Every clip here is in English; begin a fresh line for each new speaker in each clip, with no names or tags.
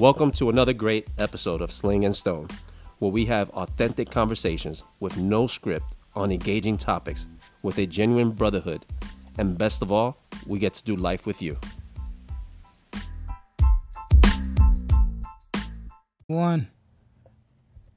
Welcome to another great episode of Sling and Stone, where we have authentic conversations with no script on engaging topics with a genuine brotherhood. And best of all, we get to do life with you.
One.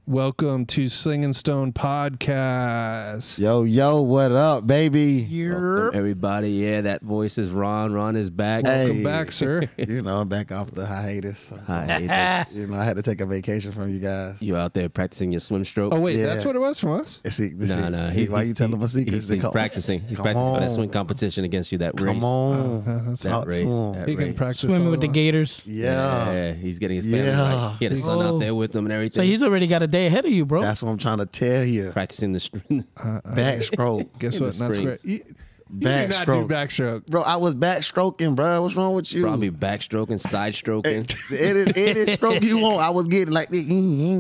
Welcome to Sling and Stone Podcast.
Yo, yo, what up, baby?
You're
Welcome, everybody. Yeah, that voice is Ron. Ron is back.
Welcome
Hey.
back, sir.
You know, I'm back off the hiatus.
Hi.
You know, I had to take a vacation from you guys.
you out there practicing your swim stroke?
Oh wait,
Yeah.
that's what it was from us.
And See, see,
Nah, nah.
see
he-
why
he-
you telling my secrets?
He's,
They
he's
call-
practicing. He's
Come
practicing for that
on.
swing competition against you. That race.
Come on,
That
talk
race.
to him.
That
He can
race.
practice
swimming
all
with the
he
gators.
Yeah.
Yeah, he's getting his family.
Yeah.
right. He had his son
Oh.
out there with him and everything.
So he's already got a day ahead of you, bro.
that's what I'm trying to tell you.
practicing the. str-
Backstroke,
wants. Guess
in
what?
the
Not
springs.
great. You, you do not do
backstroke,
backstroke.
bro. I was backstroking, bro. What's wrong with you?
Probably backstroking, side stroking.
It is any stroke you want. I was getting like this.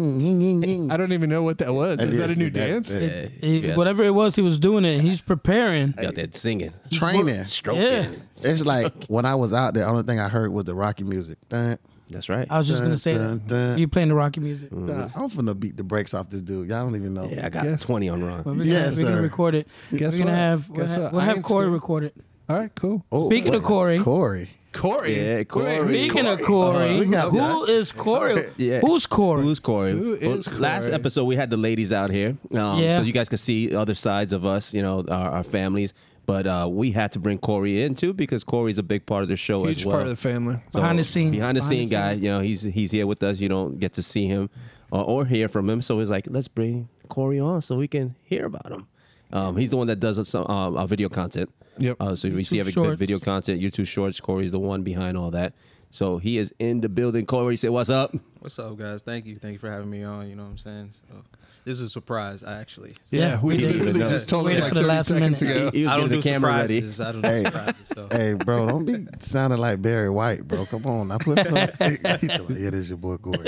I don't even know what that was.
That
Is that a
is-
new
that-
dance?
that-
Yeah,
He-
yeah.
Whatever it was, he was doing it. He's preparing.
Got that singing,
Training.
stroking.
Yeah.
It's like when I was out there, the only thing I heard was the Rocky music. Dun,
That's right.
I was just
dun,
gonna say
dun,
that.
dun. Mm.
You playing the Rocky music?
Nah, I'm finna beat the brakes off this dude. Y'all don't even know.
yeah, I got
Guess-
twenty on Ron.
But we're
Yes,
gonna, we're gonna
sir.
record it.
Guess
we're gonna
what?
have we'll,
Guess
ha-
what?
we'll
I
have
ain't
Corey
scared.
record it.
All right, cool.
Oh,
Speaking of Corey.
Corey,
Corey.
Yeah, Corey.
Wait,
Speaking of Corey,
We got
who is Corey?
Yeah.
Who's Corey?
Who's Corey?
Who is
Last
Corey?
episode, we had the ladies out here, um,
Yeah.
so you guys could see other sides of us, you know, our, our families. But uh, we had to bring Corey in too because Corey's a big part of the show
huge
as well.
part of the family.
So,
Behind the scenes.
behind the
Behind the
scene guy.
scenes.
You know, he's he's here with us. You don't get to see him or, or hear from him, so it's like let's bring Corey on so we can hear about him. Um, he's the one that does us, um, our video content.
Yep.
Uh, so we see
YouTube
every
Shorts.
good video content, YouTube Shorts. Corey's the one behind all that. So he is in the building. Corey, say what's up.
What's up, guys? Thank you. Thank you for having me on. You know what I'm saying? So, this is a surprise, actually.
Yeah, we
we did.
literally
Yeah.
just told him
Waited
like
for the
30
last
seconds
minute.
ago.
He was
I don't
getting
do
the camera ready.
surprises. I don't do surprises. So.
hey, bro, don't be sounding like Barry White, bro. Come on, I put some. He's like, yeah, this your boy Corey.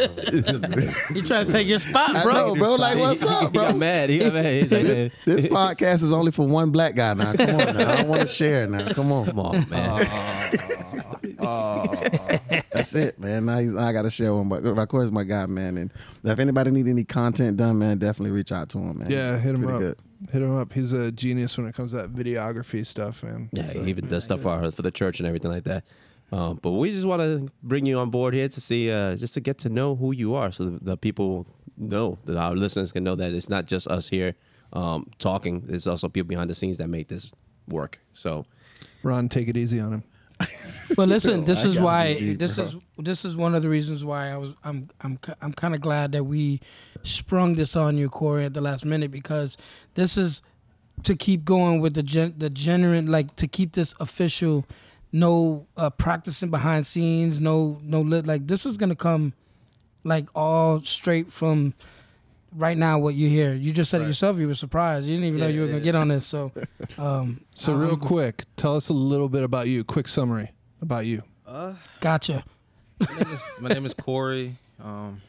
He trying to take your spot,
I
bro.
know, bro. Like, what's up,
He got
bro?
mad. He got mad. He's like, man,
This podcast is only for one black guy now. Come on, now. I don't want to share now. Come on,
come on, man.
that's it, man. Now, he's, I got to share one, but of course, my guy, man. And if anybody need any content done, man, definitely reach out to him, man.
Yeah,
He's
hit him
pretty
up.
good.
Hit him up. He's a genius when it comes to that videography stuff, man.
yeah, he even does stuff for our- for the church and everything like that. Um, but we just want to bring you on board here to see, uh, just to get to know who you are, so the, the people know that our listeners can know that it's not just us here um, talking. There's also people behind the scenes that make this work. So
Ron, take it easy on him.
But listen, this
I
is
gotta
why
be deep,
this
bro.
is this is one of the reasons why I was I'm I'm ki- I'm kind of glad that we sprung this on you, Corey, at the last minute because this is to keep going with the gen, the genuine like to keep this official, no uh, practicing behind scenes, no no lit like this is gonna come like all straight from right now what you hear. You just said it
Right.
yourself. You were surprised. You didn't even know
Yeah,
you were gonna
yeah.
get on this. So, um,
So, real quick, tell us a little bit about you. Quick summary about you.
Uh,
gotcha.
my, name is, my name is Corey. Um,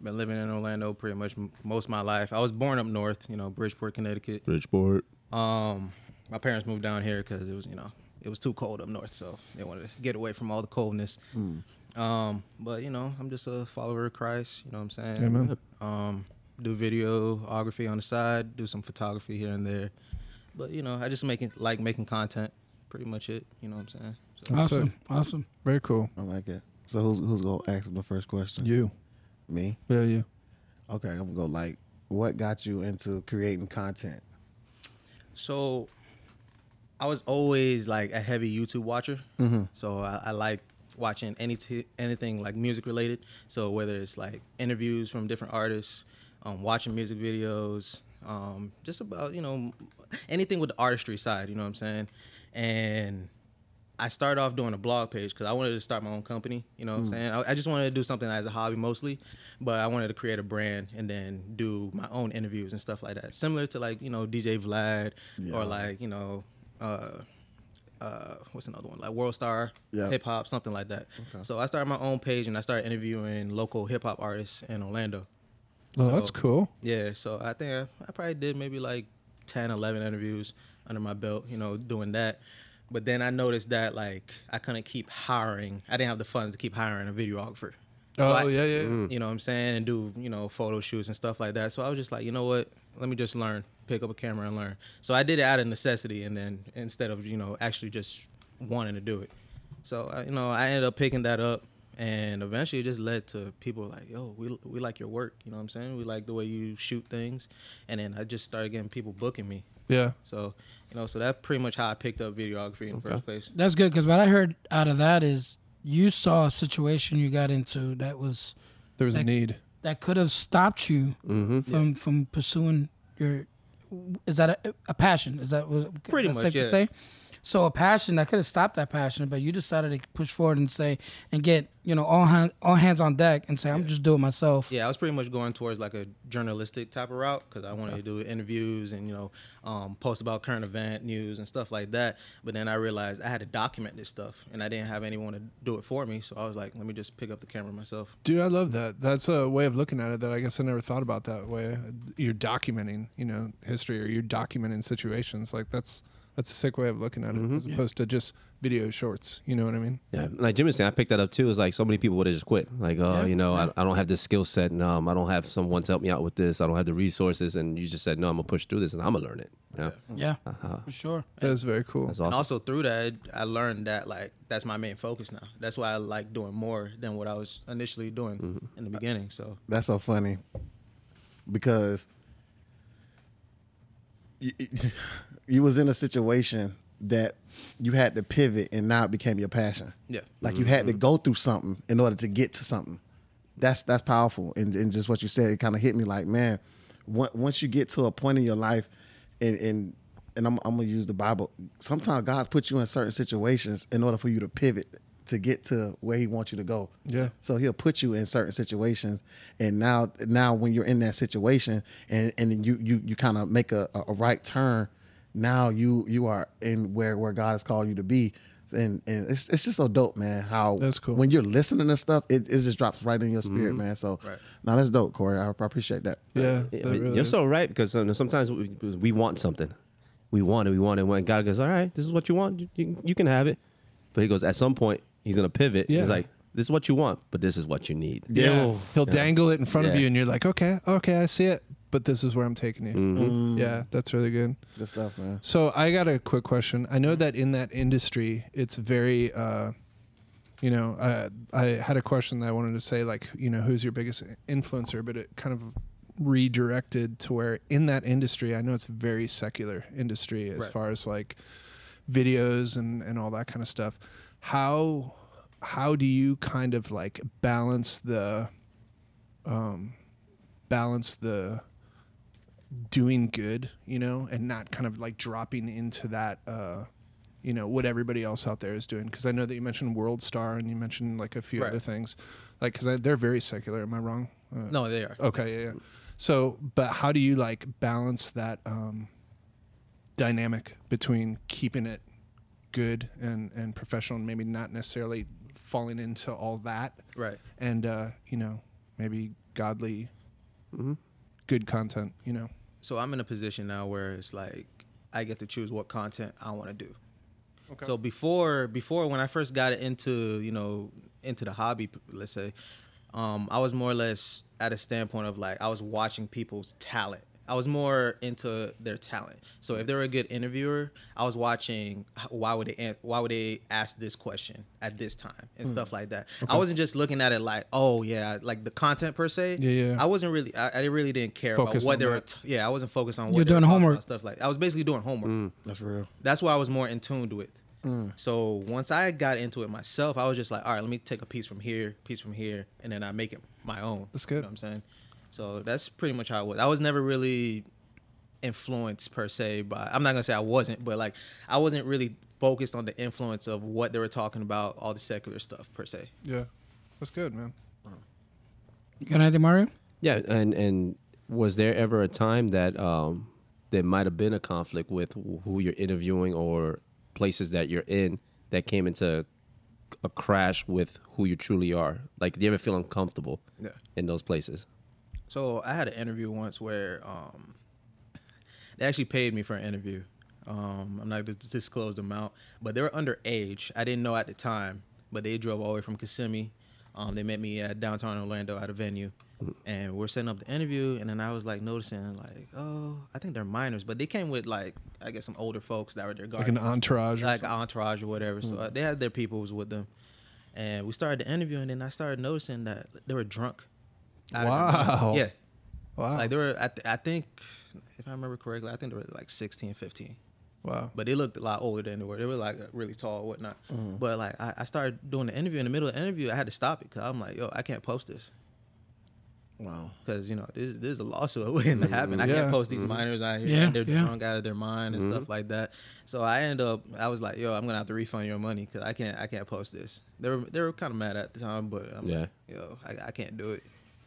been living in Orlando pretty much m- most of my life. I was born up north, you know, Bridgeport, Connecticut.
Bridgeport.
Um, my parents moved down here because it was, you know, it was too cold up north, so they wanted to get away from all the coldness.
Hmm.
Um, but you know, I'm just a follower of Christ. You know what I'm saying?
Amen.
Um, do videography on the side, do some photography here and there, but you know, I just making like making content. Pretty much it. You know what I'm saying? So,
Awesome. Awesome.
Very cool.
I like it. So who's who's gonna ask him the first question?
You.
Me.
Yeah, you.
Okay, I'm gonna go like, what got you into creating content?
So I was always like a heavy YouTube watcher. So I, I like watching any t- anything like music related. So whether it's like interviews from different artists, um, watching music videos, um, just about you know anything with the artistry side. You know what I'm saying? And I started off doing a blog page because I wanted to start my own company. You know what I'm saying? I, I just wanted to do something as a hobby mostly, but I wanted to create a brand and then do my own interviews and stuff like that. Similar to like, you know, DJ Vlad or like, you know, uh, uh, what's another one? Like World Star,
Yeah.
hip hop, something like that. So I started my own page and I started interviewing local hip hop artists in Orlando.
Well, Oh, that's cool.
Yeah, so I think I, I probably did maybe like 10, 11 interviews under my belt, you know, doing that. But then I noticed that like I couldn't keep hiring. I didn't have the funds to keep hiring a videographer.
Oh,
I-
yeah, yeah, yeah.
Mm.
You know what I'm saying? And do, you know, photo shoots and stuff like that. So I was just like, you know what? Let me just learn, pick up a camera and learn. So I did it out of necessity and then instead of, you know, actually just wanting to do it. So, I, you know, I ended up picking that up and eventually it just led to people like, yo, we, we like your work. You know what I'm saying? We like the way you shoot things. And then I just started getting people booking me.
Yeah.
So, you know, so that's pretty much how I picked up videography in the first place.
That's good because what I heard out of that is you saw a situation you got into that was
There was a
Like-
need.
that could have stopped you from from pursuing your is that a, a passion is that was
Pretty
that's
much,
safe to
yeah.
say so a passion that could have stopped that passion but you decided to push forward and say and get you know all, hand, all hands on deck and say i'm just doing it myself
Yeah, I was pretty much going towards like a journalistic type of route because I wanted to do interviews and you know um, post about current event news and stuff like that. But then I realized I had to document this stuff, and I didn't have anyone to do it for me. So I was like, let me just pick up the camera myself.
Dude, I love that. That's a way of looking at it that I guess I never thought about that way. You're documenting, you know, history or you're documenting situations. Like that's that's a sick way of looking at it
Mm-hmm.
as opposed to just video shorts. You know what I mean?
Yeah, like Jim was saying, I picked that up too. It's like so many people would have just quit. Like, oh, you know, I, I don't have this skill set, and um, I don't have someone to help me out with this. I don't have the resources, and you just said, no, I'm gonna push through this, and I'm gonna learn it. Yeah,
yeah for sure
That is very cool.
that's awesome.
And also through that, I learned that like that's my main focus now. That's why I like doing more than what I was initially doing in the beginning. So
That's so funny because you, you was in a situation that you had to pivot and now it became your passion.
Yeah.
Like you had to go through something in order to get to something. That's that's powerful. And and just what you said, it kind of hit me like, man, on- once you get to a point in your life and and and I'm, I'm gonna use the Bible. Sometimes God's put you in certain situations in order for you to pivot to get to where He wants you to go.
Yeah.
So he'll put you in certain situations, and now now when you're in that situation, and and you you you kind of make a, a right turn, now you you are in where where God has called you to be, and and it's it's just so dope, man. How
That's cool.
When you're listening to stuff, it, it just drops right in your spirit, man. So now that's dope, Corey. I, I appreciate that.
Yeah.
Yeah,
that
but
Oh, really
you're
is.
so right because um, sometimes we, we want something, we want it, we want it. When God goes, all right, this is what you want, you, you, you can have it. But he goes, at some point, he's gonna pivot.
Yeah.
He's like, this is what you want, but this is what you need.
Yeah. He'll dangle it in front of
Yeah.
you and you're like, okay, okay, I see it, but this is where I'm taking you.
Mm-hmm.
Yeah, that's really good.
Mm, Good stuff, man.
So I got a quick question. I know that in that industry, it's very, uh, you know, I, I had a question that I wanted to say, like, you know, who's your biggest influencer? But it kind of redirected to where in that industry, I know it's a very secular industry as
Right.
far as like videos and, and all that kind of stuff. How how do you kind of like balance the um, balance the doing good, you know, and not kind of like dropping into that, uh, you know, what everybody else out there is doing. Because I know that you mentioned World Star and you mentioned like a few
Right.
other things, like because they're very secular. Am I wrong? Uh,
no, they are.
Okay, yeah, yeah. So, but how do you like balance that um, dynamic between keeping it good and and professional, and maybe not necessarily falling into all that,
Right.
And uh, you know, maybe godly, good content. You know,
so I'm in a position now where it's like I get to choose what content I want to do. So before before when I first got into you know into the hobby, p- let's say, um, I was more or less at a standpoint of like I was watching people's talent. I was more into their talent. So if they were a good interviewer, I was watching h- why would they an- why would they ask this question at this time and
Hmm.
stuff like that. I wasn't just looking at it like oh yeah like the content per se.
Yeah, yeah.
I wasn't really I, I really didn't care
Focus
about what
on
they were
that.
t- yeah, I wasn't focused on what
You're
they were
doing
talking
homework.
about, stuff like I was basically doing homework.
Mm.
That's real.
That's what I was more in tuned with. So once I got into it myself, I was just like, all right, let me take a piece from here, piece from here, and then I make it my own.
That's
You
good.
know what I'm saying? So that's pretty much how it was. I was never really influenced per se by I'm not gonna say I wasn't, but like I wasn't really focused on the influence of what they were talking about, all the secular stuff per se.
yeah, that's good, man.
you got anything mario
Yeah, and and was there ever a time that um, there might have been a conflict with who you're interviewing or places that you're in that came into a crash with who you truly are? Like, do you ever feel uncomfortable
Yeah.
in those places?
So I had an interview once where um, they actually paid me for an interview. Um, I'm not going to disclose the amount, but they were underage. I didn't know at the time, but they drove all the way from Kissimmee Um, they met me at downtown Orlando at a venue, and we're setting up the interview. And then I was like noticing, like, oh, I think they're minors, but they came with like I guess some older folks that were their
Like an
guardians
entourage or Hmm.
like an entourage or whatever. So uh, they had their peoples with them, and we started the interview. And then I started noticing that they were drunk. out of their mind.
Wow.
Yeah.
Oh. Wow.
Like they were. I, th- I think, if I remember correctly, I think they were like 16, 15
wow.
but they looked a lot older than they were. They were like really tall, whatnot.
Mm-hmm.
But like I, I started doing the interview in the middle of the interview, I had to stop it because I'm like, yo, I can't post this
Wow.
because you know there's there's a lawsuit waiting to happen.
Mm-hmm. Yeah.
I
Mm-hmm.
can't post these minors out here.
Yeah,
They're
yeah.
drunk out of their mind and stuff like that. So I end up, I was like, yo, I'm gonna have to refund your money because I can't I can't post this. They were they were kind of mad at the time, but I'm
Yeah.
like, yo, I, I can't do it.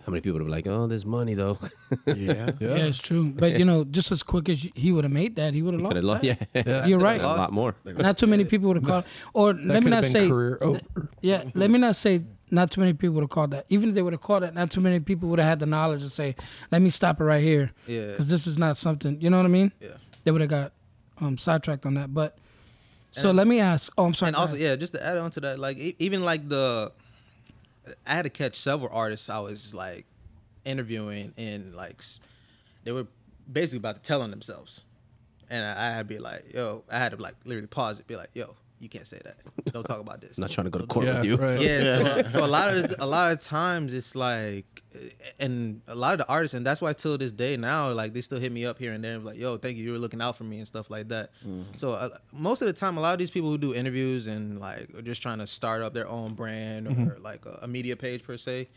How many people would be like, oh, there's money though?
Yeah.
Yeah. it's true. But you know, just as quick as you- he would have made that, he would have lost.
Kinda lo-
that.
yeah.
You're
a
Oh, right.
lot more.
Not too many people would have called. Or
That
let me
could
not
have been
say.
career over.
Yeah, let me not say not too many people would have called that. Even if they would have called it, not too many people would have had the knowledge to say, "Let me stop it right here,"
Yeah.
because this is not something. You know what I mean?
Yeah.
They would have got um, sidetracked on that. But so let me ask. Oh, I'm sorry.
and
go
also
ahead.
yeah just to add on to that like e- even like the i had to catch several artists i was like interviewing and like s- they were basically about to tell on themselves and i, I had to be like yo i had to like literally pause it be like yo you can't say that don't talk about this
I'm not trying to go to
Don't do
court
oh, Yeah,
with you.
right.
yeah, So, so a lot of a lot of times it's like, and a lot of the artists, and that's why till this day now, like they still hit me up here and there, like, "Yo, thank you, you were looking out for me" and stuff like that. So uh, most of the time, a lot of these people who do interviews and like are just trying to start up their own brand or like a, a media page per se.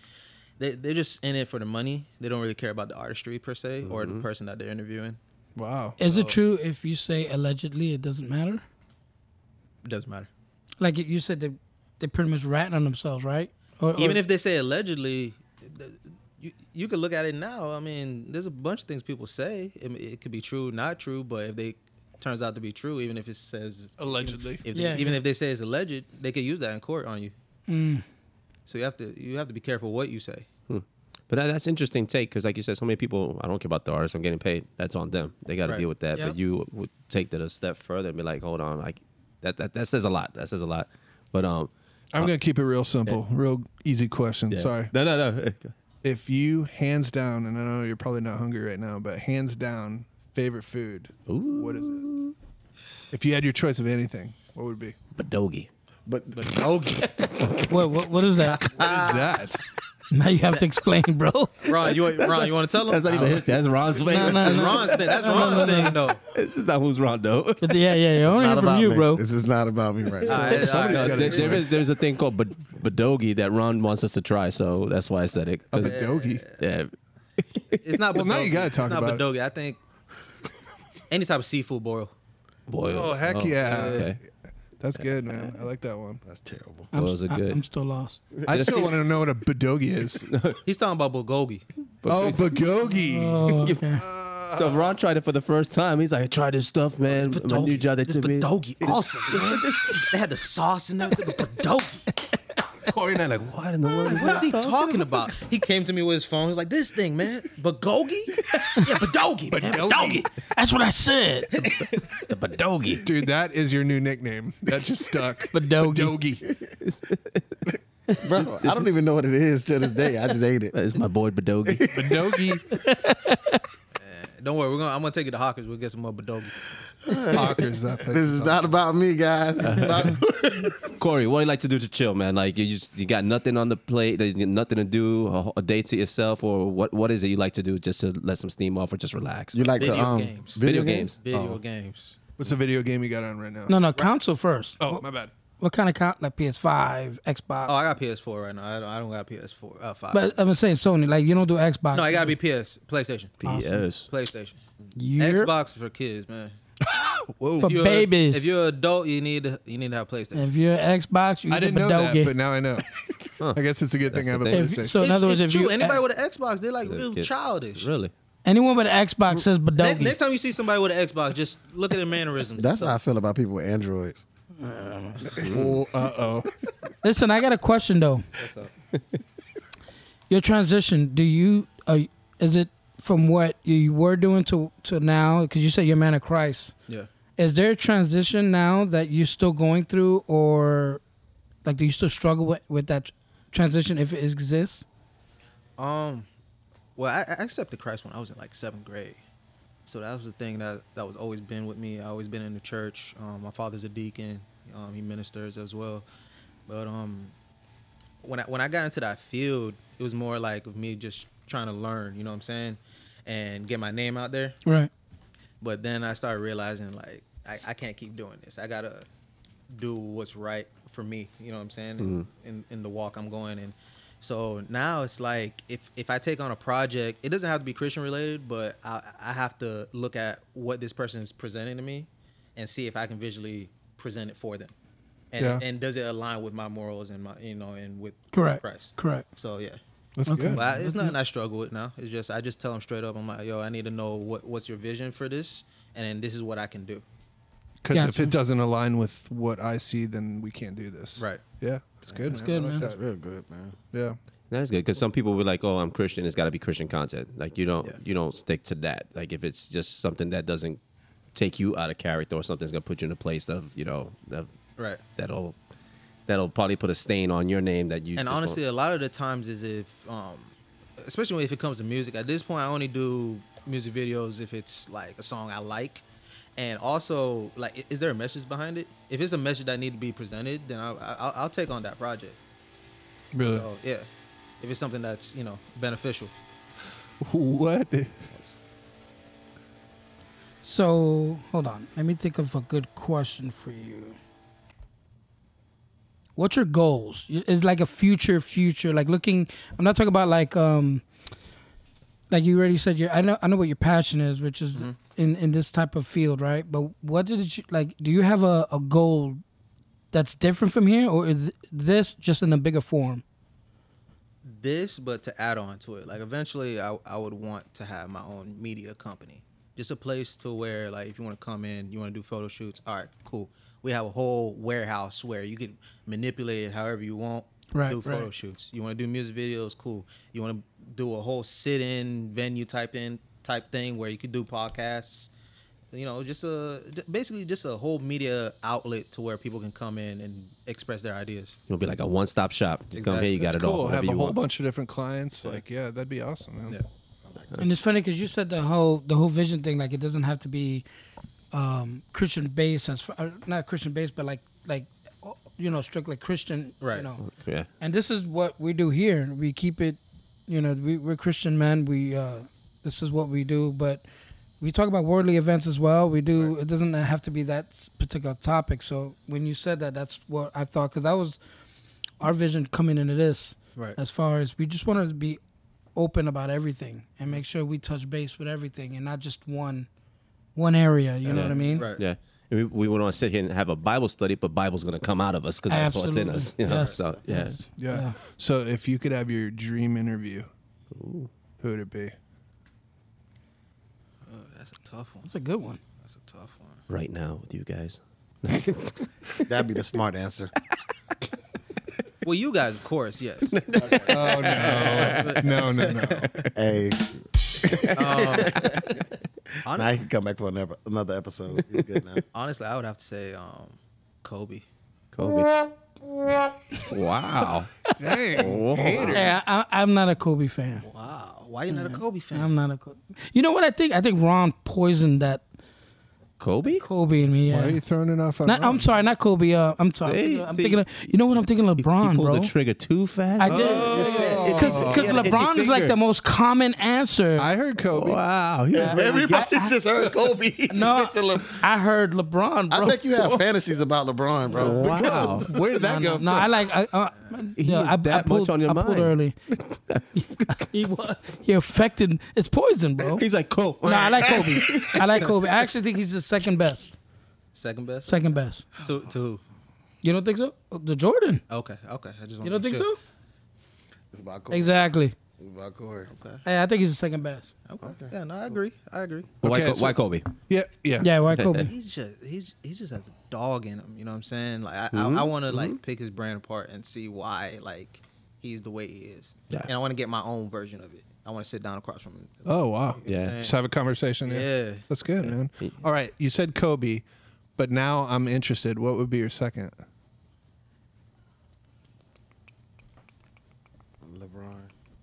They, they're just in it for the money. They don't really care about the artistry per se or the person that they're interviewing.
Wow.
Is it true if you say allegedly, it doesn't matter?
It doesn't matter.
Like you said, they they pretty much ratting on themselves, right? Or, or-
even if they say allegedly th- you, you could look at it now i mean there's a bunch of things people say it, it could be true not true but if they turns out to be true even if it says
Allegedly.
if they-
Yeah.
even if they say it's alleged they could use that in court on you
Mm.
so you have to you have to be careful what you say
But that, that's interesting take because, like you said, so many people. I don't care about the artist. I'm getting paid. That's on them. They got to
Right.
deal with that.
Yep.
But you would take that a step further and be like, hold on, like that, that that says a lot. That says a lot. But um,
I'm gonna keep it real simple, real easy question.
yeah.
Sorry.
No, no, no.
If you hands down, and I know you're probably not hungry right now, but hands down, favorite food, what is it? If you had your choice of anything, what would it be?
Badogi.
But
what, what what is that?
What is that?
now you have to explain, bro. No,
ron you want- ron you want to tell them
That's Ron's way.
no, no.
that's ron's thing that's ron's thing though
This is not who's Ron though.
But yeah, yeah, yeah. Only
not
from
about
you,
me.
bro.
This is not about me right
All
now.
right, all
Somebody's
right.
got there, there is there's a thing called bad- badogi that Ron wants us to try, so that's why I said it.
A
'Cause-
badogi.
Yeah,
it's not
Well, now you
Badogi.
gotta talk
it's not
about it.
Badogi. i think any type of seafood boil
boy.
Oh heck yeah,
Okay.
that's good, man. I like that one.
That's terrible.
I'm,
Well, is it
I-
good?
I'm still lost.
I still want to know what a badogi is.
he's talking about bulgogi
oh, bagogi.
Oh, okay.
So Ron tried it for the first time. He's like, I tried this stuff, man. My new job they
this
took me.
Badogi, awesome, man. they had the sauce and everything, but Badogi.
Corey and I like, what in the world? is
What is he talking about? He came to me with his phone. He's like, this thing, man. Bagogi? Yeah, Badogi, man. Badogi.
That's what I said.
Dude, that is your new nickname. That just stuck.
Badogi.
Badogi.
Bro, I don't even know what it is to this day. I just ate it.
It's my boy Badogi.
Badogi.
Don't worry, we're gonna, I'm going to take you to Hawkers. We'll get some more Badogi.
Hawkers, that place.
This is not about me, guys. It's about-
Corey, what do you like to do to chill, man? Like you just you got nothing on the plate, you got nothing to do, a, a day to yourself, or what? What is it you like to do just to let some steam off or just relax?
you like
Video
to, um,
games.
Video games?
Video
Oh.
games.
What's the video game you got on right now?
No, no, console first.
Oh, my bad.
What kind of console? Like PS5, Xbox.
Oh, I got PS4 right now. I don't, I don't got PS4. Uh, 5.
but I'm saying Sony. Like you don't do Xbox.
no, I got to be PS, PlayStation.
Yes.
PlayStation.
You're-
Xbox for kids, man.
for
If you're-
babies.
If you're an adult, you need to, you need to have PlayStation.
If you're Xbox, you
I didn't know that, but now I know. I guess it's a good thing I have a
That's
if,
PlayStation.
so in
It's-
other words,
it's
if
true.
you
Anybody with an Xbox, they're like real
kid.
childish.
Really?
anyone with an Xbox says
Ne-
Badogi.
next time you see somebody with an Xbox, just look at their mannerisms.
that's how I feel about people with androids.
oh, uh oh.
Listen, I got a question though. Your transition, do you uh, is it from what you were doing to to now? Because you said you're a man of Christ.
yeah.
Is there a transition now that you're still going through, or like do you still struggle with, with that tr- transition if it exists?
Um, well, I, I accepted Christ when I was in like seventh grade, so that was the thing that that was always been with me. I always been in the church. Um, my father's a deacon. Um, he ministers as well, but um, when I when I got into that field, it was more like of me just trying to learn. You know what I'm saying, and get my name out there.
Right.
But then I started realizing like I, I can't keep doing this. I gotta do what's right for me. You know what I'm saying? In in the walk I'm going and so now it's like if if I take on a project, it doesn't have to be Christian related, but I I have to look at what this person is presenting to me and see if I can visually present it for them. And
Yeah.
and does it align with my morals and my you know and with
Correct.
Christ?
Correct.
So yeah.
That's
Okay.
good.
Well, I, it's nothing I struggle with now. It's just I just tell them straight up. I'm like, yo, I need to know what what's your vision for this, and then this is what I can do.
Because if
Gotcha.
it doesn't align with what I see, then we can't do this.
Right.
Yeah. That's good. That's
good, man.
That's real good, man.
Yeah.
That's good because some people were like, "Oh, I'm Christian. It's got to be Christian content." Like you don't you don't stick to that. Like if it's just something that doesn't take you out of character or something's gonna put you in a place of you know of,
Right.
that'll that'll probably put a stain on your name that you.
And
just won't-
honestly, uh, a lot of the times is if, um, especially if it comes to music. At this point, I only do music videos if it's like a song I like, and also like, i- is there a message behind it? If it's a message that need to be presented, then I'll, I'll, I'll take on that project.
Really.
So yeah, if it's something that's you know beneficial.
What?
So hold on. Let me think of a good question for you. What's your goals? Y- It's like a future, future. Like looking. I'm not talking about like um. Like you already said, your I know I know what your passion is, which is in in this type of field, right? But what did you like? Do you have a, a goal that's different from here, or is this just in a bigger form?
this, but to add on to it, like eventually I, I would want to have my own media company. Just a place to where, like, if you want to come in, you want to do photo shoots, all right, cool. We have a whole warehouse where you can manipulate it however you want.
Right,
do photo
right.
shoots. You want to do music videos, cool. You want to do a whole sit-in venue type in type thing where you could do podcasts. You know, just a basically just a whole media outlet to where people can come in and express their ideas.
You'll be like a one stop shop. Just come
Exactly.
here, you got
That's
it all.
cool.
whatever
Have a
you
whole
want.
bunch of different clients. Like, yeah, that'd be awesome, man.
Yeah.
And it's funny because you said the whole the whole vision thing, like it doesn't have to be um, Christian based, as far, uh, not Christian based, but like like you know strictly Christian, You
Right.
know,
Yeah.
and this is what we do here. We keep it, you know, we, we're Christian men. We uh, this is what we do, but we talk about worldly events as well. We do. It doesn't have to be that s- particular topic. So when you said that, that's what I thought because that was our vision coming into this.
Right.
As far as we just wanted to be open about everything and make sure we touch base with everything and not just one one area. You know what I mean?
Right.
Yeah. And we, we would want to sit here and have a Bible study, but Bible's going to come out of us because that's what's in
Absolutely.
us. You know?
Yes.
So, yeah.
Yes.
Yeah.
Yeah.
So if you could have your dream interview, who would it be?
Oh, that's a tough one.
That's a good one.
That's a tough one.
Right now with you guys.
That'd be the smart answer.
Well, you guys, of course, yes.
Oh no, no, no, no.
hey, Um,
Hon-
now you can come back for another another episode. It's good now.
honestly, I would have to say um, Kobe.
Kobe. wow.
Dang.
Yeah, I, I'm not a Kobe fan.
Wow, why you
Mm-hmm.
not a Kobe fan?
I'm not a Kobe. You know what I think? I think Ron poisoned that
Kobe?
Kobe in me.
Why are
Yeah.
you throwing it off? On
Not, um, I'm
Ron?
sorry, not Kobe. Uh, I'm sorry.
See,
I'm
see.
thinking. Of, you know what? I'm thinking of
You
LeBron,
pulled
bro.
the trigger too fast?
I did because
He had an itchy
LeBron is like
finger.
the most common answer.
I heard Kobe.
Wow. He was really
Everybody just heard Kobe. He just
no,
went to Le-
I heard LeBron, bro.
I think you have fantasies about LeBron, bro.
Wow.
Where did that
no,
go?
no, I like. I, uh, yeah,
is
I, I
that much
pulled,
on your
I pulled
mind.
early. he, wa- he affected. It's poison, bro.
He's like, Kobe.
No, I like Kobe. I like Kobe. I actually think he's the second best.
Second best.
Second best.
to to who?
You don't think so? The Jordan.
Okay, okay. I just want
You don't think so?
It's about Kobe.
Exactly.
It's about Corey.
Hey, I think he's the second best.
Okay. Yeah, no, I agree. I agree.
why,
Okay,
Ko-
so-
why Kobe?
Yeah, yeah,
Yeah, why Kobe?
He's just he's he just has a dog in him. You know what I'm saying? Like I I, I
Mm-hmm.
want to like pick his brand apart and see why like he's the way he is.
Yeah.
And I want to get my own version of it. I want to sit down across from him.
Oh wow.
Yeah.
Just have a conversation.
Yeah.
That's good, man. All right, you said Kobe, but now I'm interested. What would be your second?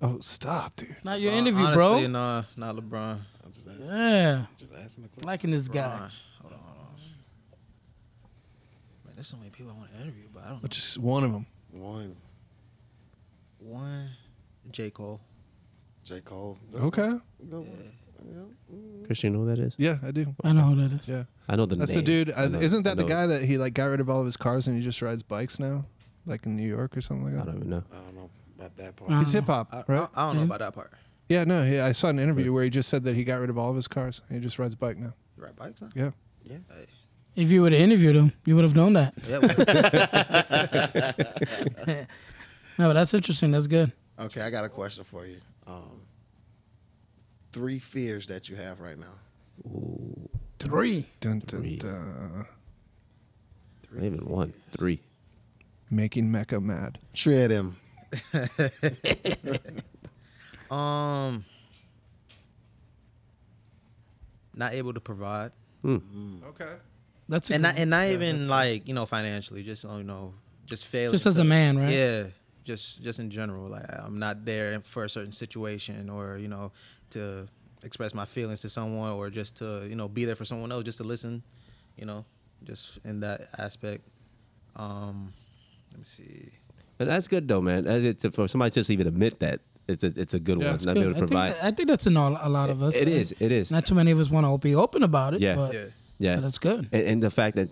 Oh, stop, dude.
Not your
Uh,
interview,
honestly,
bro.
Nah, not LeBron.
Yeah,
Just ask him a question.
liking this guy.
Man, there's so many people I want to interview, but I don't know.
But just one of them.
One,
One, J. Cole.
J. Cole. Go-
Okay.
go with it.
Christian, you know who that is?
Yeah, I do.
I know who that is.
Yeah,
I know the
that's
name.
the dude.
I
I,
know-
isn't
I
that the
know-
guy that he like got rid of all of his cars and he just rides bikes now, like in New York or something
I
like that?
don't even know.
I don't know about that part.
Uh,
He's
know.
hip hop,
I, I-
right?
I, don't
Mm-hmm.
know about that part.
yeah, no. Yeah, I saw an interview where he just said that he got rid of all of his cars and he just rides a bike now.
You ride bikes now?
Yeah.
yeah.
Hey.
If you would have interviewed him, you would have known that.
Yeah. well,
No, but that's interesting. That's good.
Okay, I got a question for you. Um, three fears that you have right now.
Three.
Dun, dun,
Three.
dun.
Not even one, three.
Making Mecca mad.
Shred him.
um, not able to provide,
Okay.
That's a
and
good
not
one.
and not even like you know financially, just you know, just failing.
just as a
to-
man, right?
Yeah, just just in general, like I'm not there for a certain situation, or you know, to express my feelings to someone, or just to you know be there for someone else, just to listen, you know, just in that aspect. Um, let me see.
But that's good though, man. As it's for somebody to just even admit that it's a it's a good
Yeah,
one.
it's
Not
Good.
be able
I
to
think,
provide.
I think that's in all, a lot of us.
It is. It is.
Not too many of us want to be open about it.
Yeah.
But
Yeah.
yeah,
That's good.
And, and the fact that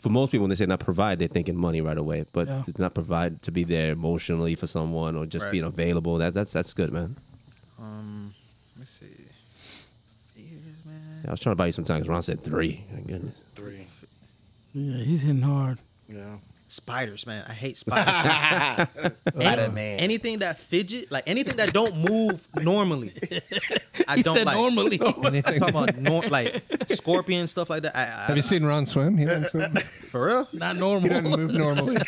for most people, when they say not provide, they're thinking money right away. But
Yeah.
to not provide to be there emotionally for someone or just
Right.
being available. That that's that's good, man.
Um, let me see. Fears, man.
Yeah, I was trying to buy you some time. 'cause Ron said three. My goodness.
Three.
Yeah, he's hitting hard.
Yeah.
Spiders, man. I hate spiders. Any- Anything that fidget, like anything that don't move normally. I don't like.
normally.
I'm talking about nor- like scorpion stuff like that. I, I,
Have you seen Ron swim? He doesn't, swim.
for real?
Not
he
normal.
doesn't move normally.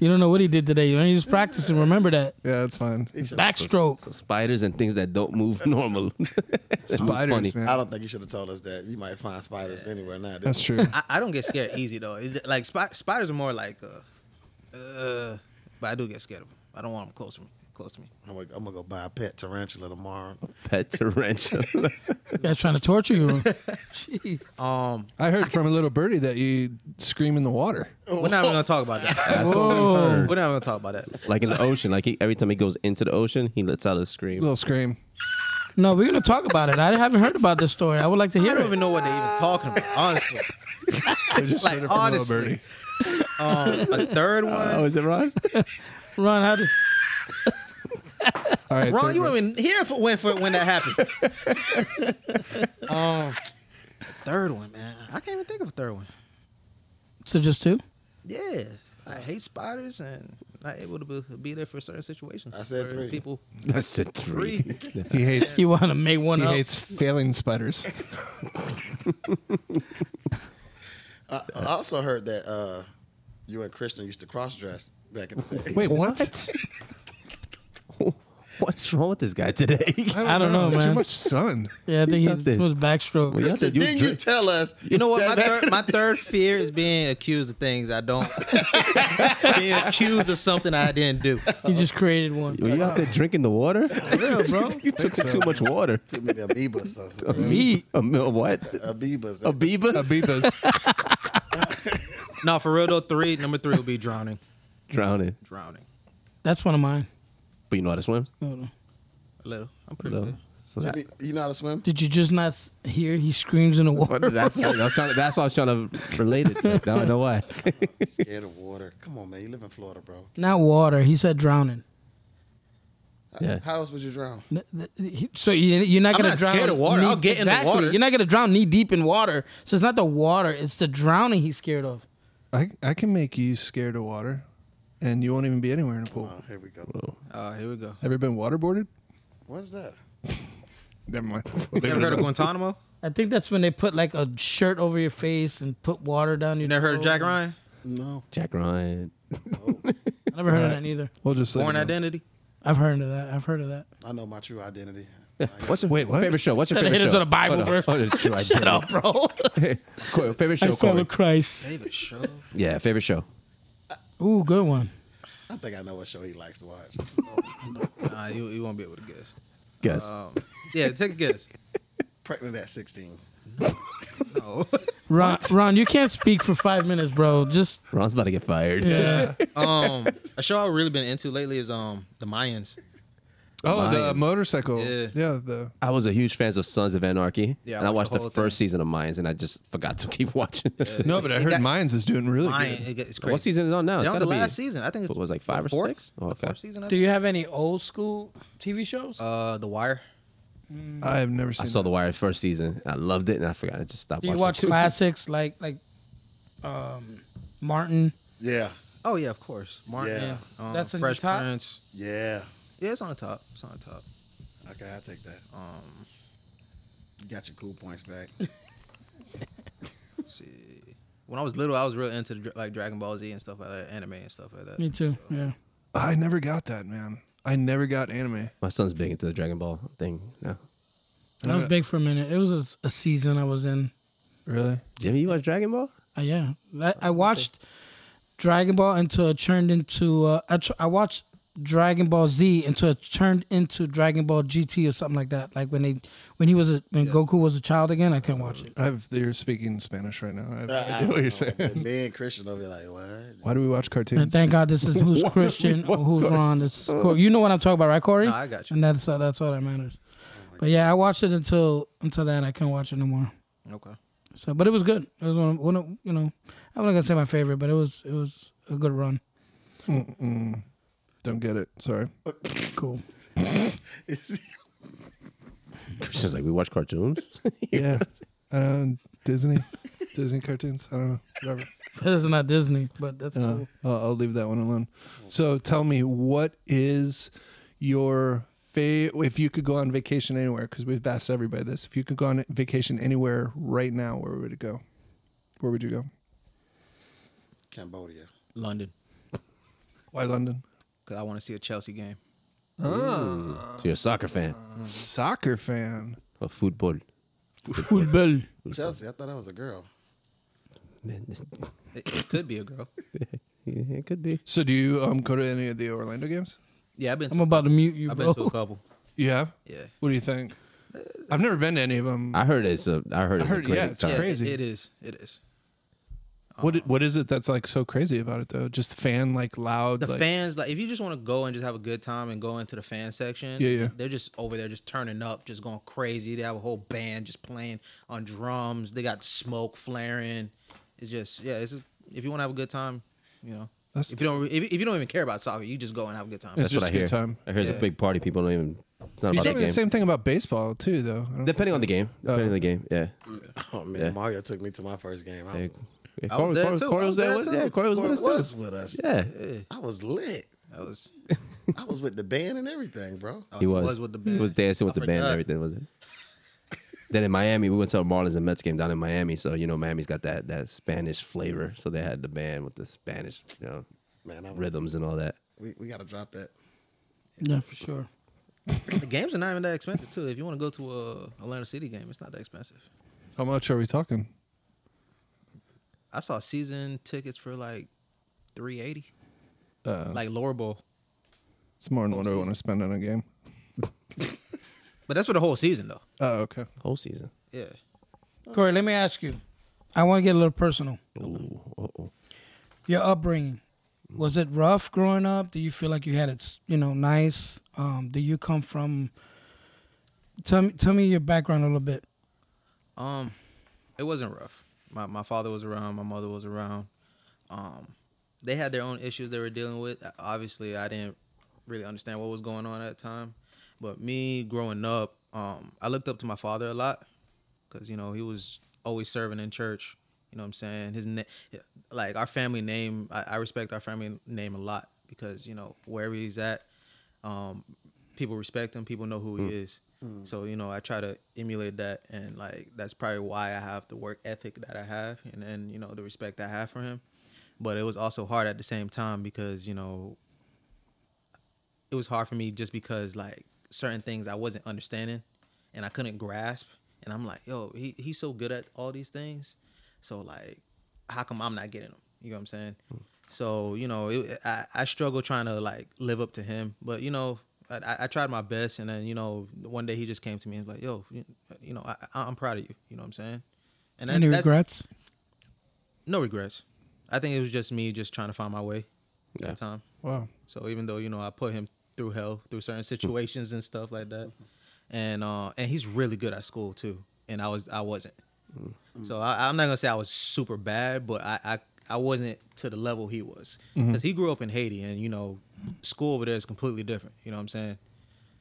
You don't know what he did today. You know, he was practicing. Remember that.
Yeah, that's fine.
Backstroke.
Spiders and things that don't move normal. funny.
Spiders,
I
man.
don't think you should have told us that. You might find spiders anywhere now.
That's true.
I, I don't get scared easy though. It- like spi- spiders are more like, uh, uh, but I do get scared of them. I don't want them close to me. Close to me.
I'm gonna, I'm gonna go buy a pet tarantula tomorrow.
Pet tarantula.
Guy's trying to torture you. Jeez.
Um,
I heard from a little birdie that you scream in the water.
we're not even gonna talk about that.
Whoa.
we're not even gonna talk about that.
like in the ocean. Like he, every time he goes into the ocean, he lets out a scream.
Little scream.
No, we're gonna talk about it. I haven't heard about this story. I would like to
I
hear
don't
it.
even know what they're even talking about. Honestly,
I just
Like,
heard it from a little
honestly.
birdie.
um, a third one.
Oh, is it Ron?
Ron, how did
All right,
Ron,
third
you
one.
weren't even here for when for when that happened. um, third one, man. I can't even think of a third one.
so just two?
Yeah, I hate spiders and not able to be, be there for certain situations.
I said
or
three.
people.
That's a three.
He hates.
You want to make one
He
up?
hates failing spiders.
I, I also heard that uh, you and Kristen used to cross dress back in the day.
Wait, what?
What's wrong with this guy today?
I don't know,
Too
man.
much sun.
Yeah, I
He got
think he
this.
was backstroke.
Well, yeah.
Kristen,
said you
didn't you
drink-
tell us?
You know what? My third, my third fear is being accused of things I don't. being accused of something I didn't do.
He just created one.
Were you out there drinking the water?
Yeah, bro.
you took too much water.
Too many amoebas. or something.
Me.
A mil what?
amoebas.
Abibas?
Abibas.
No, for real though. Three. Number three will be drowning.
Drowning.
Drowning.
That's one of mine.
But you know how to swim?
Hold on.
A little. I'm pretty
No.
good.
So that-
you know how to swim?
Did you just not s- hear he screams in the water?
that's, I was trying to- that's why I was trying to relate it. Now I know why.
Scared of water. Come on, man. You live in Florida, bro.
Not water. He said drowning.
Yeah.
How else would you drown?
N- th- he- So you- you're not
I'm
gonna
not
drown.
scared of water. I'll
knee-
get in the
Exactly.
water.
You're not gonna drown knee deep in water. So it's not the water. It's the drowning he's scared of.
I, I can make you scared of water, and you won't even be anywhere in a pool.
Oh, here we go.
Uh, here we go.
Ever been waterboarded?
What's that?
Never mind.
You ever heard of Guantanamo?
I think that's when they put like a shirt over your face and put water down your.
You never heard of
Oh.
Jack Ryan?
No.
Jack Ryan.
I never heard of that either.
We'll just leave
Born
it alone.
Identity.
I've heard of that. I've heard of that.
I know my true identity.
What's your
Wait, what?
favorite show? What's your
Should've
favorite
hit us
show?
with a Bible
Hold on.
verse.
Hold on, it's true, I
Shut
did.
up, bro.
Corey, favorite
I
show,
follow
Corey?
Christ.
David Show.
Yeah, favorite show.
Ooh, good one.
I think I know what show he likes to watch.
Nah, you, you won't be able to guess.
Guess.
Um, yeah, take a guess.
Pregnant at 16.
No.
Ron, Ron, you can't speak for five minutes, bro. Just
Ron's about to get fired.
yeah.
um, a show I've really been into lately is um the Mayans.
Oh, the motorcycle.
Yeah.
yeah, the
I was a huge fan of Sons of Anarchy.
Yeah, I
and I watched
watched the
the,
whole
first season of Mayans, and I just forgot to keep watching.
No, but I heard
got-
Mines is doing really
Mayan,
good.
it, it's crazy.
what season is it on now?
They're
It's
on
gotta
the
be-
last season. I think it's
what was it, like,
the
five or
fourth?
six? Oh,
The
okay.
fourth season. I
Do
think.
you have any old school TV shows?
Uh, The Wire.
I have never seen.
I saw
that.
The Wire first season. I loved it, and I forgot. I just stopped.
Do you watch
watching it.
classics like like um, Martin?
Yeah.
Oh yeah, of course. Martin.
Yeah.
Um,
That's in the
Fresh
top?
Prince.
Yeah.
Yeah, it's on the top. It's on the top.
Okay, I'll take that.
Um,
You got your cool points back.
let's see. When I was little, I was real into the, dra- like Dragon Ball Z and stuff like that, anime and stuff like that.
Me too. Yeah.
I never got that, man. I never got anime.
My son's big into the Dragon Ball thing now.
I was big for a minute. It was a, a season I was in.
Really?
Jimmy, you watch Dragon Ball?
Uh, yeah, I, I watched Dragon Ball until it turned into. Uh, I, tr- I watched Dragon Ball Z until it turned into Dragon Ball GT or something like that. Like when they when he was a, when Goku was a child again, I couldn't watch it.
I've you're speaking Spanish right now. I have no idea what you're saying.
Me and Christian over here, like, what?
Why do we watch
And
cartoons?
thank God this is who's Christian or who's Ron. This is Corey. You know what I'm talking about, right, Corey?
No, I got you. Oh
And that's uh, that's all that matters. But yeah, I watched it until until then. I couldn't watch it no more.
Okay.
So, but it was good. It was one, of- one of, you know, I'm not gonna say my favorite, but it was it was a good run.
Don't get it. Sorry.
Cool.
Christian's like, we watch cartoons.
Yeah. Uh, Disney, Disney cartoons. I don't know. Whatever.
This is not Disney, but that's
Uh,
cool.
I'll, I'll leave that one alone. So tell me, what is your favorite? If you could go on vacation anywhere, because we've asked everybody this, if you could go on vacation anywhere right now, where would it go? Where would you go?
Cambodia.
London,
Why London?
because I want to see a Chelsea game.
so you're a soccer fan
Soccer fan.
of football.
Football.
Chelsea, I thought that was a girl.
Man, this-
It, it could be a girl.
yeah, it could be.
So do you um, go to any of the Orlando games?
Yeah, I've been.
I'm
To,
about to mute you,
I've been to a
bro.
couple.
You have?
Yeah.
What do you think? I've never been to any of them.
I heard it's a. I heard it's
heard-
a great
yeah, it's
time.
Yeah, it-
Crazy.
it is. It is.
what What is it that's like so crazy about it though? Just fan like loud.
The
like,
fans, like, if you just want to go and just have a good time and go into the fan section,
Yeah, yeah.
they're just over there, just turning up, just going crazy. They have a whole band just playing on drums. They got smoke flaring. It's just, yeah. It's if you want to have a good time, you know.
That's-
if you don't, if, if you don't even care about soccer, you just go and have a good time.
It's
That's what
just
I
a good
hear.
time.
I heard it's
Yeah.
a big party. People don't even. It's not
You
about the
told me
game.
the same Uh, thing about baseball too, though. I don't-
Depending on the game. Depending on the game. Yeah.
Oh man, Mario took me to my first game.
Yeah,
I was,
Yeah,
I was
Corey,
there
Corey-
too.
Corey
I
was
was
there
there
with
too.
yeah, Corey was
Boy,
with us
was
too.
with us.
Yeah.
I was lit.
That was,
I was with the band and everything, bro.
oh,
He was.
with the
He
band.
was dancing with
I
the band and
forgot.
everything, was it? then in Miami, we went to a Marlins and Mets game down in Miami. So you know, Miami's got that that Spanish flavor. So they had the band with the Spanish, you know,
Man, I was,
rhythms and all that.
we, we gotta drop that.
Yeah, for sure.
The games are not even that expensive too. If you want to go to a Atlanta City game, it's not that expensive.
How much are we talking?
I saw season tickets for like three eighty. like lower bowl.
Uh, It's more than what I want to spend on a game.
But that's for the whole season though.
Oh, okay.
Whole season.
Yeah.
Corey, let me ask you. I want to get a little personal.
Ooh, uh-oh.
Your upbringing was it rough growing up? Do you feel like you had it, you know, nice? Um, do you come from? Tell me, tell me your background a little bit.
Um, it wasn't rough. My my father was around. My mother was around. Um, they had their own issues they were dealing with. Obviously, I didn't really understand what was going on at the time. But me growing up, um, I looked up to my father a lot because you know he was always serving in church. You know what I'm saying? His na- like our family name. I, I respect our family name a lot because you know wherever he's at, um, people respect him. People know who he is. So you know I try to emulate that, and like that's probably why I have the work ethic that I have, and then you know the respect I have for him. But it was also hard at the same time because you know it was hard for me just because like certain things I wasn't understanding and I couldn't grasp. And I'm like, yo, he, he's so good at all these things. So like, how come I'm not getting them? You know what I'm saying? So you know, it, I I struggle trying to like live up to him, but you know. I- I, I tried my best, and then you know, one day he just came to me and was like, "Yo, you, you know, I, I- I'm proud of you. You know what I'm saying?" And that-
Any
that's-
regrets?
No regrets. I think it was just me just trying to find my way at
Yeah.
the time.
Wow.
So even though you know I put him through hell through certain situations and stuff like that, and uh, and he's really good at school too, and I was I wasn't. So I, I'm not gonna say I was super bad, but I I, I wasn't to the level he was because he grew up in Haiti, and you know school over there is completely different. You know what I'm saying?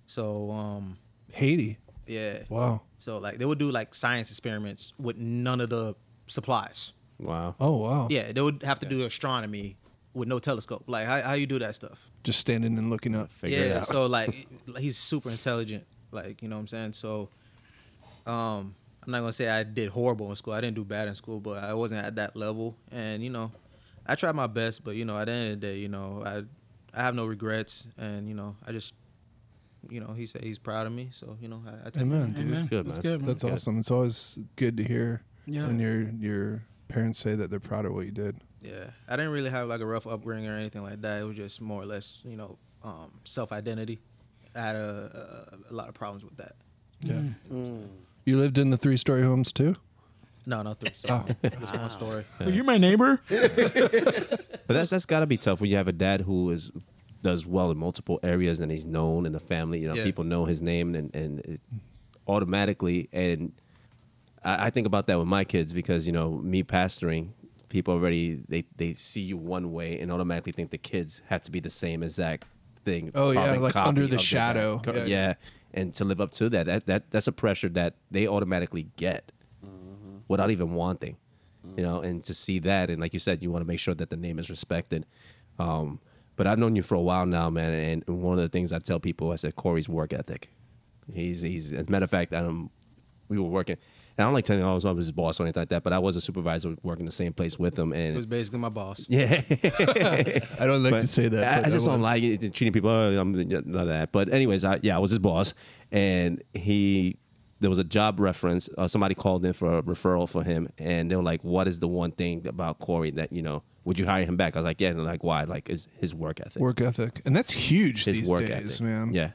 So um
Haiti.
yeah,
Wow.
so like they would do like science experiments with none of the supplies.
Wow.
Oh wow.
Yeah, they would have to do astronomy with no telescope. Like how how you do that stuff?
Just standing and looking up.
Figure it
yeah,
out.
so like he's super intelligent. Like, you know what I'm saying? So um I'm not gonna say I did horrible in school. I didn't do bad in school, but I wasn't at that level. And, you know, I tried my best, but you know, at the end of the day, you know, I I have no regrets and, you know, I just you know, he said he's proud of me, so you know, I, I take
Amen, dude.
Amen.
good,
That's
man.
good, man.
That's awesome. It's always good to hear
Yeah.
when your your parents say that they're proud of what you did.
Yeah, I didn't really have like a rough upbringing or anything like that. It was just more or less, you know, um, self identity. I had a, a, a lot of problems with that.
Yeah.
Mm.
Mm.
You lived in the three story homes too?
No, not three story. Just one story.
Well, you're my neighbor.
But that's that's got to be tough when you have a dad who is does well in multiple areas and he's known in the family. You know,
Yeah.
people know his name and and it automatically. And I, I think about that with my kids because you know me pastoring, people already they they see you one way and automatically think the kids have to be the same exact thing.
Oh, yeah,
carbon
like
copy
under the
of their dad.
shadow.
Co-
Yeah.
Yeah. and to live up to that, that that that's a pressure that they automatically get
Mm-hmm.
without even wanting you know and to see that and like you said you want to make sure that the name is respected um, but i've known you for a while now man and one of the things i tell people i said corey's work ethic he's he's as a matter of fact um, we were working and i don't like telling you i was always his boss or anything like that but i was a supervisor working the same place with him
It was
and
basically my boss.
yeah
I don't like to say that.
I,
but
I just
that
don't
was-
like it, treating people. Oh, I'm none of that. But anyways, I, yeah, I was his boss, and he there was a job reference. Uh, somebody called in for a referral for him, and they were like, "What is the one thing about Corey that you know? Would you hire him back?" I was like, "Yeah." And they're like, "Why?" Like, is his work ethic?
work ethic. And that's huge
his
these
work
days,
ethic,
man.
Yeah.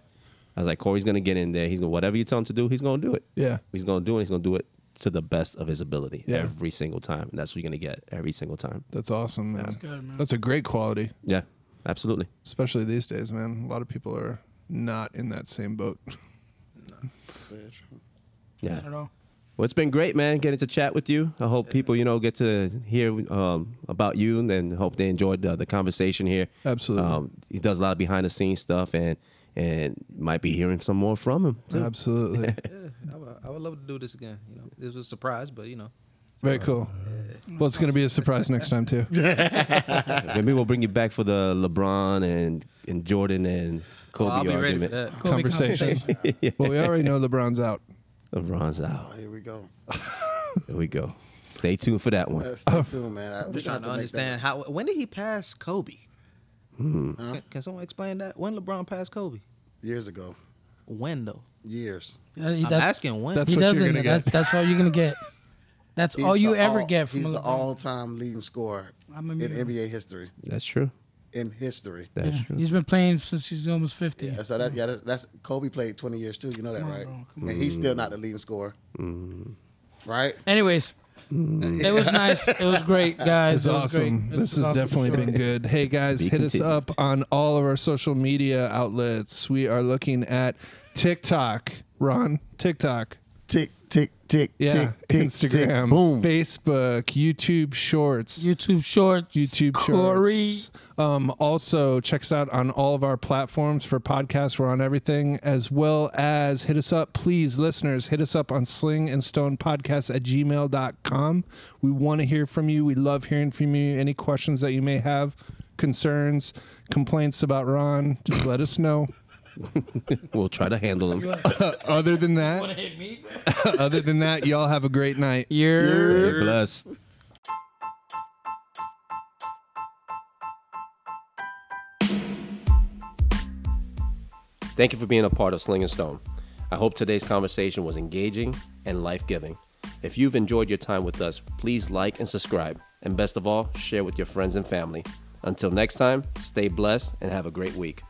I was like, Corey's gonna get in there. He's gonna whatever you tell him to do, he's gonna do it.
Yeah.
He's gonna do it. He's gonna do it to the best of his ability
Yeah.
every single time, and that's what you're gonna get every single time.
That's awesome, man. That's,
good, man.
a great quality,
Yeah, absolutely.
especially these days, man. A lot of people are not in that same boat.
Yeah.
Not at all.
Well, it's been great, man, getting to chat with you. I hope people, you know, get to hear um, about you and then hope they enjoyed uh, the conversation here.
Absolutely.
Um, he does a lot of behind the scenes stuff and and might be hearing some more from him. too.
Absolutely.
Yeah, I would, I would love to do this again. You know, this was a surprise, but you know,
Very cool. Well, it's going to be a surprise next time, too.
Maybe we'll bring you back for the LeBron and, and Jordan and Kobe
Oh, I'll be ready for
argument.
that.
Kobe
Conversation. Well, we already know LeBron's out.
LeBron's out.
Here we go.
There we go. Stay tuned for that one.
Uh, stay tuned, man. I-
I'm
we
just
have
trying to
make that-
understand how. When did he pass Kobe? Can, can someone explain that? When LeBron passed Kobe?
years ago.
When though?
Years.
Uh, he-
I'm
that's-
asking when.
that's
he
what you're
doesn't.
gonna
that's,
get.
that's all you're gonna get. That's
He's
all you
the
ever
all-
get
He's
from a
the
LeBron.
all-time leading scorer
I'm
in
immune.
NBA history.
That's true.
In history.
That's
Yeah.
true.
He's been playing since he's almost fifty.
Yeah, so that, yeah, that's, that's Kobe played 20 years too. You know that,
Come on,
right?
bro, come
and he's still not the leading scorer, right?
Anyways, it was nice. It was great, guys.
It's
It was great.
awesome. This
was
has
awesome
definitely
for sure.
been good. Hey guys,
be
hit us
continued.
up on all of our social media outlets. We are looking at TikTok, Ron, TikTok,
Tick, tick, tick,
yeah,
tick, tick,
Instagram,
tick, boom.
Facebook, YouTube Shorts.
YouTube Shorts.
YouTube
Corey.
Shorts. Um, also, check us out on all of our platforms for podcasts. We're on everything, as well as hit us up, please, listeners. Hit us up on sling and stone podcast at gmail.com. We want to hear from you. We love hearing from you. Any questions that you may have, concerns, complaints about Ron, just let us know.
We'll try to handle him.
Other than that, other than that, y'all have a great night.
You're.
Stay blessed.
Thank you for being a part of Sling and Stone. I hope today's conversation was engaging and life giving. If you've enjoyed your time with us, please like and subscribe. And best of all, share with your friends and family.
Until next time, stay blessed and have a great week.